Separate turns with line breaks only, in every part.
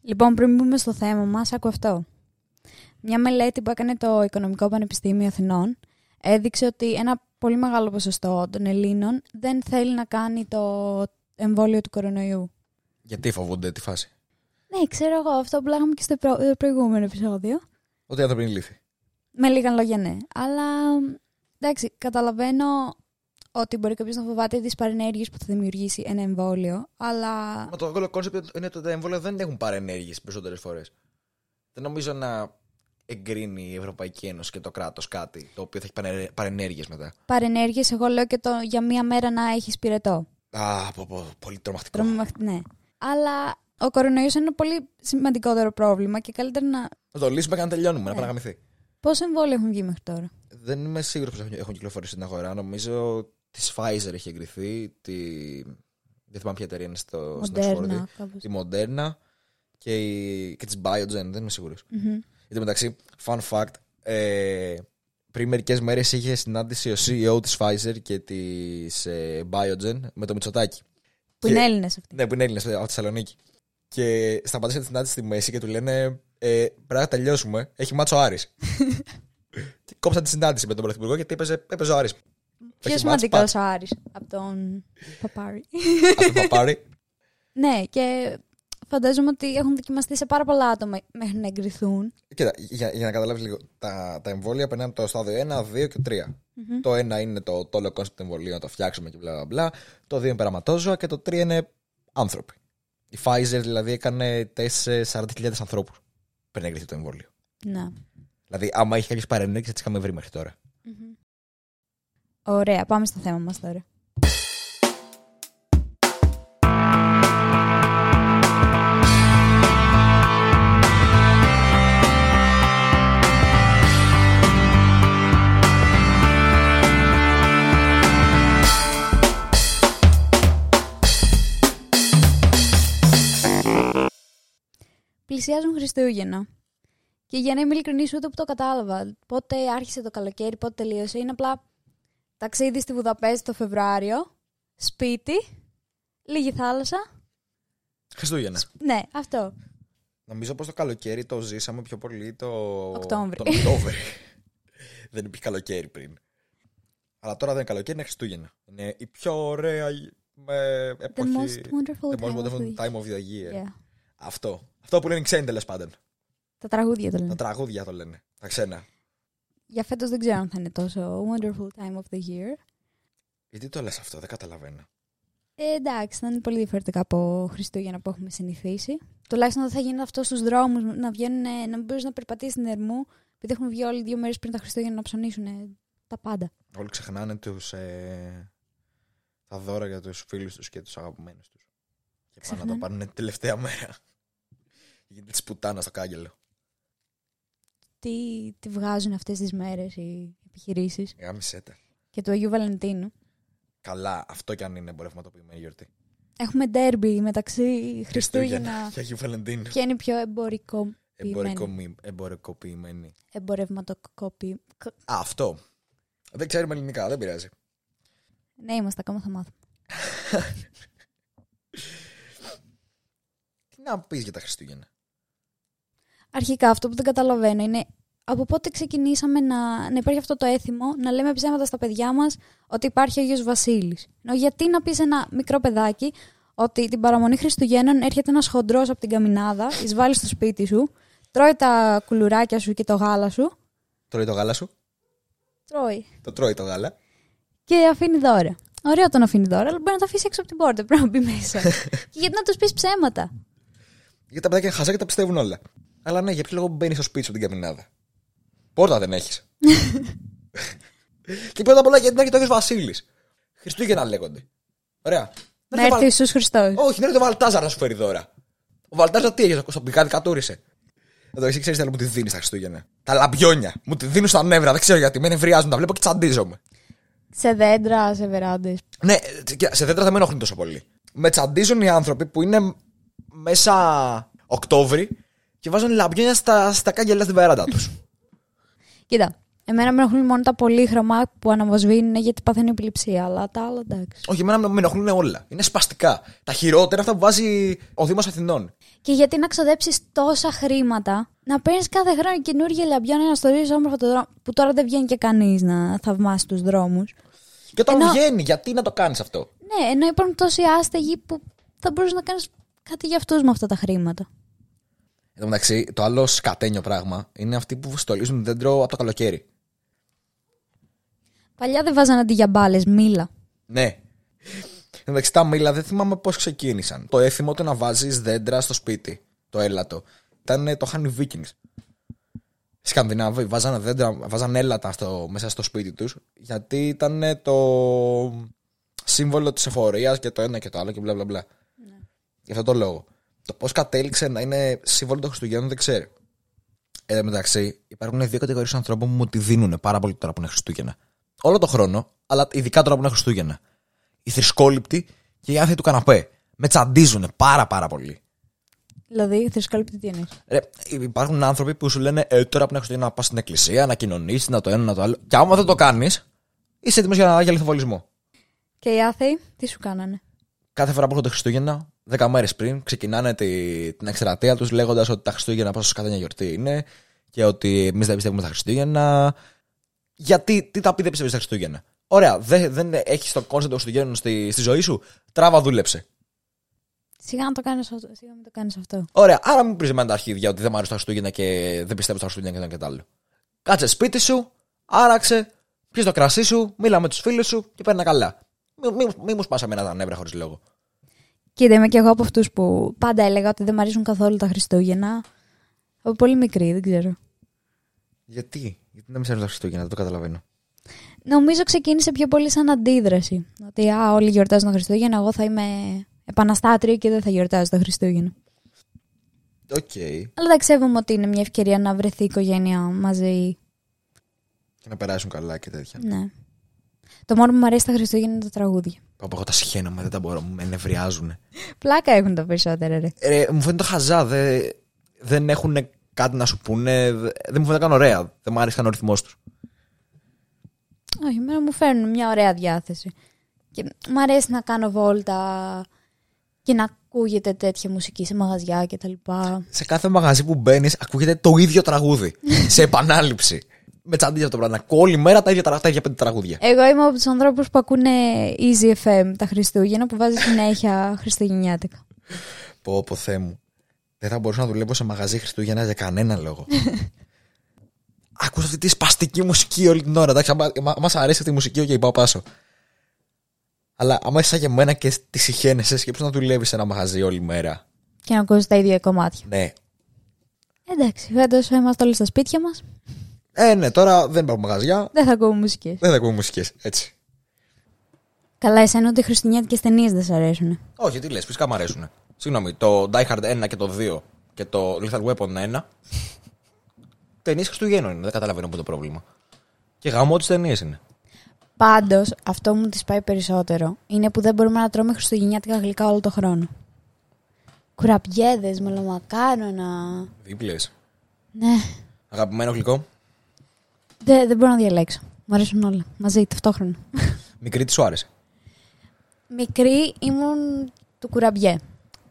Λοιπόν, πριν μπούμε στο θέμα μας, άκου αυτό. Μια μελέτη που έκανε το Οικονομικό Πανεπιστήμιο Αθηνών έδειξε ότι ένα πολύ μεγάλο ποσοστό των Ελλήνων δεν θέλει να κάνει το εμβόλιο του κορονοϊού.
Γιατί φοβούνται τη φάση.
Ναι, ξέρω εγώ, αυτό που λέγαμε και στο προ- ε, προηγούμενο επεισόδιο.
Ότι δεν θα πριν λύθει.
Με λίγα λόγια, ναι. Αλλά εντάξει, καταλαβαίνω ότι μπορεί κάποιος να φοβάται τις παρενέργειες που θα δημιουργήσει ένα εμβόλιο, αλλά.
Μα το όλο κόνσεπτ είναι ότι τα εμβόλια δεν έχουν παρενέργειες περισσότερες φορές. Δεν νομίζω να εγκρίνει η Ευρωπαϊκή Ένωση και το κράτος κάτι το οποίο θα έχει παρενέργειες μετά.
Παρενέργειες, εγώ λέω και το για μία μέρα να έχεις πυρετό.
Α, πω, πω, πολύ τρομακτικό.
Τρομακτικό, ναι. Αλλά ο κορονοϊός είναι ένα πολύ σημαντικότερο πρόβλημα και καλύτερα να...
Να το λύσουμε και να τελειώνουμε, να
Ναι.
παραγαμηθεί.
Πόσο εμβόλια έχουν βγει μέχρι τώρα.
Δεν είμαι σίγουρος πως έχουν- έχουν κυκλοφορήσει στην αγορά. Νομίζω της Pfizer έχει εγκριθεί. Τη... Δεν θυμάμαι ποια εταιρεία είναι στο... στην Οξφόρδη.
Μοντέρνα, κάπως.
Τη Moderna και, η... και της Biogen. Δεν είμαι σίγουρος.
Μμμ.
Εν τω μεταξύ, fun fact, ε, πριν μερικές μέρες είχε συνάντηση ο CEO της Pfizer και της ε, Biogen με το Μητσοτάκη.
Που είναι Έλληνες αυτοί.
Ναι, που είναι Έλληνα από τη Θεσσαλονίκη. Και σταματήσαν τη συνάντηση στη μέση και του λένε ε, Πρέπει να τελειώσουμε. Έχει μάτσο Άρης. και κόψαν τη συνάντηση με τον Πρωθυπουργό γιατί έπαιζε, έπαιζε ο Άρης.
Πιο
match,
σημαντικό ο Άρης από τον Παπάρη.
Από τον Παπάρη.
ναι, και φαντάζομαι ότι έχουν δοκιμαστεί σε πάρα πολλά άτομα μέχρι να εγκριθούν.
Κοίτα, για, για να καταλάβεις λίγο, τα, τα εμβόλια περνάνε το στάδιο 1, 2 και 3. Το 1 είναι το, το όλο κόνσεπτ εμβολίου, να το φτιάξουμε και μπλα μπλα, μπλα. Το 2 είναι περαματόζωα και το 3 είναι άνθρωποι. Η Pfizer δηλαδή έκανε τεστ σε 40.000 ανθρώπους πριν εγκριθεί το εμβόλιο.
Να.
Δηλαδή, άμα είχε κάποιε παρενέργειε, θα τι είχαμε βρει μέχρι τώρα.
Μμμ. Ωραία, πάμε στο θέμα μας τώρα. Πλησιάζουν Χριστούγεννα. Και για να είμαι ειλικρινής, ούτε που το κατάλαβα. Πότε άρχισε το καλοκαίρι, πότε τελείωσε. Είναι απλά ταξίδι στη Βουδαπέστη το Φεβράριο, σπίτι, λίγη θάλασσα.
Χριστούγεννα.
Ναι, αυτό.
Νομίζω πως το καλοκαίρι το ζήσαμε πιο πολύ το.
Οκτώβρη.
Τον Οκτώβρη. δεν υπήρχε καλοκαίρι πριν. Αλλά τώρα δεν είναι καλοκαίρι, είναι Χριστούγεννα. Είναι η πιο ωραία ε,
The
εποχή.
most wonderful
The
time of
most wonderful
the
time of the year.
year.
Αυτό. Αυτό που λένε οι ξένοι τέλος πάντων.
Τα τραγούδια το
Τα
λένε.
τραγούδια το λένε. Τα ξένα.
Για φέτος δεν ξέρω αν θα είναι τόσο wonderful time of the year.
Γιατί το λες αυτό, δεν καταλαβαίνω.
Ε, εντάξει, θα είναι πολύ διαφορετικά από Χριστούγεννα που έχουμε συνηθίσει. Τουλάχιστον δεν θα γίνει αυτό στους δρόμους, να, βγαίνουν, να μπορείς να περπατήσεις στην ερμού, επειδή έχουν βγει όλοι δύο μέρες πριν τα Χριστούγεννα να ψωνίσουν τα πάντα.
Όλοι ξεχνάνε τους, ε, τα δώρα για τους φίλους τους και τους αγαπημένους τους. Και πάνε να
Ξεχνάνε.
το πάρουν την τελευταία μέρα. Γίνεται της πουτάνας στο κάγκελο.
τι, τι βγάζουν αυτές τις μέρες οι επιχειρήσεις
Γάμισε τα.
και του Αγίου Βαλεντίνου.
Καλά, αυτό κι αν είναι εμπορευματοποιημένη γιορτή.
Έχουμε ντέρμπι μεταξύ Χριστούγεννα
Και Αγίου Βαλεντίνου.
και είναι πιο εμπορικό,
Εμπορικομοι- Εμπορικοποιημένη.
εμπορευματοκόπη. Κο-
Α, αυτό. Δεν ξέρουμε ελληνικά, δεν πειράζει.
Ναι, είμαστε ακόμα θα μάθουμε.
Τι να πεις για τα Χριστούγεννα.
Αρχικά αυτό που δεν καταλαβαίνω είναι από πότε ξεκινήσαμε να, να υπάρχει αυτό το έθιμο να λέμε ψέματα στα παιδιά μας ότι υπάρχει ο Άγιος Βασίλης. Ενώ γιατί να πεις σε ένα μικρό παιδάκι ότι την παραμονή Χριστουγέννων έρχεται ένας χοντρός από την καμινάδα, εισβάλλει στο σπίτι σου, τρώει τα κουλουράκια σου και το γάλα σου
Τρώει το γάλα σου.
Τρώει.
Το τρώει το γάλα.
Και αφήνει δώρα. Ωραίο τον αφήνει δώρα, αλλά μπορεί να το αφήσει έξω από την πόρτα. Πρέπει να μπει μέσα. και γιατί να τους πεις ψέματα.
Γιατί τα παιδάκια είναι χαζά και τα πιστεύουν όλα. Αλλά ναι, για ποιο λόγο μπαίνεις στο σπίτι σου την καμινάδα. Πόρτα δεν έχεις. και πρώτα απ' όλα γιατί να έχει το Άγιος Βασίλης. Χριστούγεννα λέγονται. Ωραία.
να
έρθει ο
έρθει ο
Βαλ-
Ιησούς Χριστός.
Όχι, να έρθει ο Βαλτάζαρ να σου φέρει δώρα. Ο Βαλτάζαρ τι έγινε, στο κοστοπικά δικατούρισε. Εδώ εσύ ξέρεις, μου τη δίνεις τα Χριστούγεννα. Τα λαμπιόνια. Μου τη δίνουν στα νεύρα, δεν ξέρω γιατί. Με νευριάζουν, τα βλέπω και τσαντίζομαι.
Σε δέντρα, σε βεράντες.
Ναι, ε, κοίτα, σε δέντρα δεν με ενοχλούν τόσο πολύ. Με τσαντίζουν οι άνθρωποι που είναι μέσα Οκτώβρη και βάζουν λαμπιόνια στα, στα κάγκελα στην βεράντα τους.
Κοίτα, Εμένα με ενοχλούν μόνο τα πολύχρωμα που αναβοσβήνουν γιατί παθαίνω επιληψία, αλλά τα άλλα εντάξει.
Όχι, εμένα με ενοχλούν όλα. Είναι σπαστικά. Τα χειρότερα αυτά που βάζει ο Δήμος Αθηνών.
Και γιατί να ξοδέψεις τόσα χρήματα, να παίρνεις κάθε χρόνο καινούργια λαμπιόνια να στορίζεις όμορφα το δρόμο, που τώρα δεν βγαίνει και κανείς να θαυμάσει τους δρόμους.
Και όταν
Ενώ-
βγαίνει, γιατί να το κάνεις αυτό.
Ναι, ενώ υπάρχουν τόσοι άστεγοι που θα μπορούσες να κάνεις κάτι για αυτούς με αυτά τα χρήματα.
Εν τω μεταξύ, το άλλο σκατένιο πράγμα είναι αυτοί που στολίζουν δέντρο από το καλοκαίρι.
Παλιά δεν βάζανε αντί για μπάλε, μήλα.
Ναι. Εν τω μεταξύ, τα μήλα δεν θυμάμαι πώς ξεκίνησαν. Το έθιμο του να βάζεις δέντρα στο σπίτι, το έλατο. Ήταν ε, το είχαν οι Vikings. Οι Σκανδινάβοι βάζανε δέντρα, βάζανε έλατα στο, μέσα στο σπίτι τους, γιατί ήταν ε, το σύμβολο της εφορίας και το ένα και το άλλο και μπλα μπλα μπλα. Γι' αυτό το λόγο. Το πώς κατέληξε να είναι σύμβολο των Χριστουγέννων δεν ξέρω. Εν τω Ε, μεταξύ, υπάρχουν δύο κατηγορίες ανθρώπων που μου τη δίνουν πάρα πολύ τώρα που είναι Χριστούγεννα. Όλο το χρόνο, αλλά ειδικά τώρα που είναι Χριστούγεννα. Οι θρησκόληπτοι και οι άνθρωποι του καναπέ. Με τσαντίζουν πάρα πάρα πολύ.
Δηλαδή, θρησκαλύπτει τι εννοείς.
Ρε, υπάρχουν άνθρωποι που σου λένε ε, τώρα που είναι Χριστούγεννα να πας στην εκκλησία, να κοινωνήσεις, να το ένα, να το άλλο. Και άμα δεν το κάνεις, είσαι έτοιμος για, για λιθοβολισμό.
Και οι άθεοι, τι σου κάνανε.
κάθε φορά που έρχονται Χριστούγεννα, 10 μέρες πριν, ξεκινάνε τη, την εκστρατεία τους λέγοντας ότι τα Χριστούγεννα πόσο κάθε μια γιορτή είναι και ότι εμείς δεν πιστεύουμε στα Χριστούγεννα. Γιατί, τι τα πει δεν πιστεύεις στα Χριστούγεννα. Ωραία, δεν, δεν έχεις το κόνσεπτ των Χριστουγέννων στη, στη ζωή σου. Τράβα, δούλεψε.
Σιγά να το κάνεις αυτό. Σιγά μην το κάνεις αυτό.
Ωραία, άρα μην πρισμένα τα αρχίδια ότι δεν μ' αρέσουν τα Χριστούγεννα και δεν πιστεύω στα Χριστούγεννα και το ένα και το άλλο. Κάτσε σπίτι σου, άραξε, πιες το κρασί σου, μίλα με τους φίλους σου και παίρνα καλά. Μη, μη, μη μου σπάσα εμένα τα νεύρα χωρίς λόγο.
Κοίτα, είμαι και εγώ από αυτούς που πάντα έλεγα ότι δεν μου αρέσουν καθόλου τα Χριστούγεννα. Από πολύ μικρή, δεν ξέρω.
Γιατί, γιατί να μην σε τα Χριστούγεννα, δεν το καταλαβαίνω.
Νομίζω ξεκίνησε πιο πολύ σαν αντίδραση. Ότι α, όλοι γιορτάζουν τα Χριστούγεννα, εγώ θα είμαι επαναστάτρια και δεν θα γιορτάζω τα Χριστούγεννα.
Οκ.
Αλλά τα σέβομαι ότι είναι μια ευκαιρία να βρεθεί η οικογένεια μαζί.
Και να περάσουν καλά και τέτοια.
Ναι. Το μόνο που μου αρέσει τα Χριστούγεννα είναι τα τραγούδια.
Παπα, εγώ τα σχένομαι, δεν τα μπορώ, με νευριάζουν.
Πλάκα έχουν τα περισσότερα, ρε.
Ε, μου φαίνεται χαζά, δε, δεν έχουν κάτι να σου πούνε, δε- δεν μου φαίνεται καν ωραία. Δεν μου άρεσε καν ο ρυθμός τους.
Όχι, εμένα μου φέρνουν μια ωραία διάθεση. Και μου αρέσει να κάνω βόλτα και να ακούγεται τέτοια μουσική σε μαγαζιά και τα λοιπά.
Σε κάθε μαγαζί που μπαίνεις, ακούγεται το ίδιο τραγούδι. σε επανάληψη. Με τσαντίζει αυτό το πράγμα. να ακούω Όλη μέρα τα ίδια, τρα- τα ίδια πέντε τραγούδια.
Εγώ είμαι από τους ανθρώπους που ακούνε Easy FM τα Χριστούγεννα που βάζει συνέχεια Χριστουγεννιάτικα.
Πω, πω, Θεέ μου. Δεν θα μπορούσα να δουλεύω σε μαγαζί Χριστούγεννα για κανένα λόγο. Ακούσα αυτή τη σπαστική μουσική όλη την ώρα. Εντάξει, άμα, άμα- άμα σ' αρέσει αυτή η μουσική, οκ, πάω πάσο. Αλλά άμα είσαι σαν και εμένα και τη συχαίνεσαι, σκέψου να δουλεύεις σε ένα μαγαζί όλη μέρα.
Και να ακούσει τα ίδια κομμάτια.
Ναι.
Εντάξει, φέτος είμαστε όλοι στα σπίτια μας.
Ε, ναι, τώρα δεν υπάρχουν μαγαζιά.
Δεν θα ακούμε μουσικές.
Δεν θα ακούμε μουσικές. Έτσι.
Καλά, εσένα ούτε οι χριστουγεννιάτικες ταινίες δεν σ' αρέσουν.
Όχι, τι λες, φυσικά μου αρέσουν. Συγγνώμη, το Die Hard 1 και το 2 και το Lethal Weapon 1. Ταινίες Χριστουγέννων είναι, δεν καταλαβαίνω πού το πρόβλημα. Και γαμό τις ταινίες είναι.
Πάντως, αυτό μου τη πάει περισσότερο είναι που δεν μπορούμε να τρώμε χριστουγεννιάτικα γλυκά όλο το χρόνο. Κουραπιέδε, μελομακάρονα.
Δίπλες.
Ναι,
Αγαπημένο γλυκό.
δεν, δεν μπορώ να διαλέξω. Μου αρέσουν όλα. Μαζί, ταυτόχρονα.
Μικρή τι σου άρεσε.
Μικρή ήμουν του κουραμπιέ.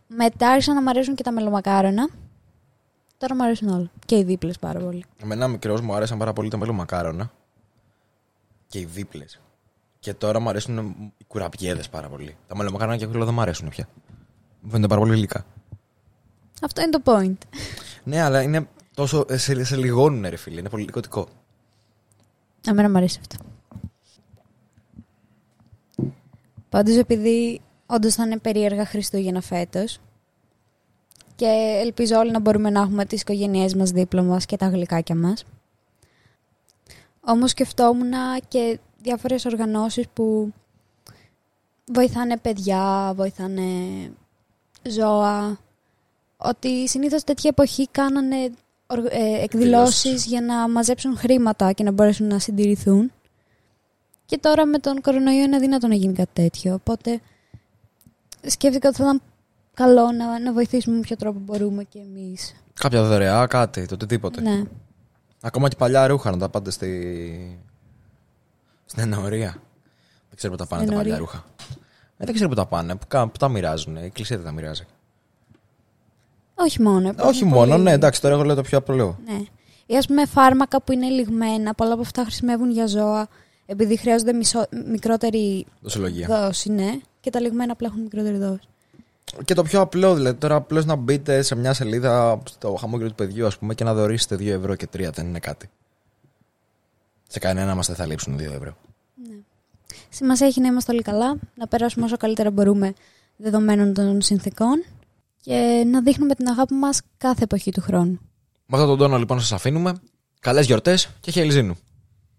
Μετά άρχισαν να μου αρέσουν και τα μελομακάρονα. Τώρα μου αρέσουν όλα. Και οι δίπλες πάρα πολύ.
Εμένα μικρός μου άρεσαν πάρα πολύ τα μελομακάρονα και οι δίπλες. Και τώρα μου αρέσουν οι κουραπιέδε πάρα πολύ. Τα μελομακάρονα και κουραπιέδε δεν μου αρέσουν πια. Μου φαίνονται πάρα πολύ γλυκά.
Αυτό είναι το point.
Ναι, αλλά είναι τόσο. ε, σε, σε λιγώνουν, ρε φίλε. Είναι πολύ λιγωτικό.
Εμένα μου αρέσει αυτό. Πάντως επειδή όντως θα είναι περίεργα Χριστούγεννα φέτος και ελπίζω όλοι να μπορούμε να έχουμε τις οικογένειές μας δίπλα μας και τα γλυκάκια μας. Όμως σκεφτόμουν και διάφορες οργανώσεις που βοηθάνε παιδιά, βοηθάνε ζώα, ότι συνήθως τέτοια εποχή κάνανε οργ- ε, εκδηλώσεις
Εκδηλώσεις.
για να μαζέψουν χρήματα και να μπορέσουν να συντηρηθούν. Και τώρα με τον κορονοϊό είναι αδύνατο να γίνει κάτι τέτοιο. Οπότε σκέφτηκα ότι θα ήταν καλό να, να βοηθήσουμε με ποιο τρόπο μπορούμε κι εμείς.
Κάποια δωρεά, κάτι, το οτιδήποτε.
Ναι.
Ακόμα και παλιά ρούχα να τα πάτε στη... στην ενορία. Δεν ξέρω πού τα πάνε τα
Ενορία.
παλιά ρούχα. Ε, δεν ξέρω πού τα πάνε, που, κα- που τα μοιράζουν. Η εκκλησία δεν τα μοιράζει.
Όχι μόνο.
Όχι
υπάρχουν
μόνο,
πολλοί-
ναι, εντάξει, τώρα εγώ λέω το πιο απλό.
Ναι. Ή ας πούμε φάρμακα που είναι λιγμένα, πολλά από αυτά χρησιμεύουν για ζώα, επειδή χρειάζονται μισό, μικρότερη
Δοσολογία.
δόση, ναι. Και τα λιγμένα απλά έχουν μικρότερη δόση.
Και το πιο απλό, δηλαδή τώρα απλώς να μπείτε σε μια σελίδα στο χαμόγελο του παιδιού, ας πούμε, και να δωρήσετε 2 ευρώ και 3 δεν είναι κάτι. Σε κανένα μας δεν θα λείψουν 2 ευρώ.
Σημασία έχει να είμαστε όλοι καλά, να περάσουμε όσο καλύτερα μπορούμε δεδομένων των συνθήκων και να δείχνουμε την αγάπη μας κάθε εποχή του χρόνου.
Με αυτόν τον τόνο λοιπόν σας αφήνουμε. Καλές γιορτές και χαιρεζίνου.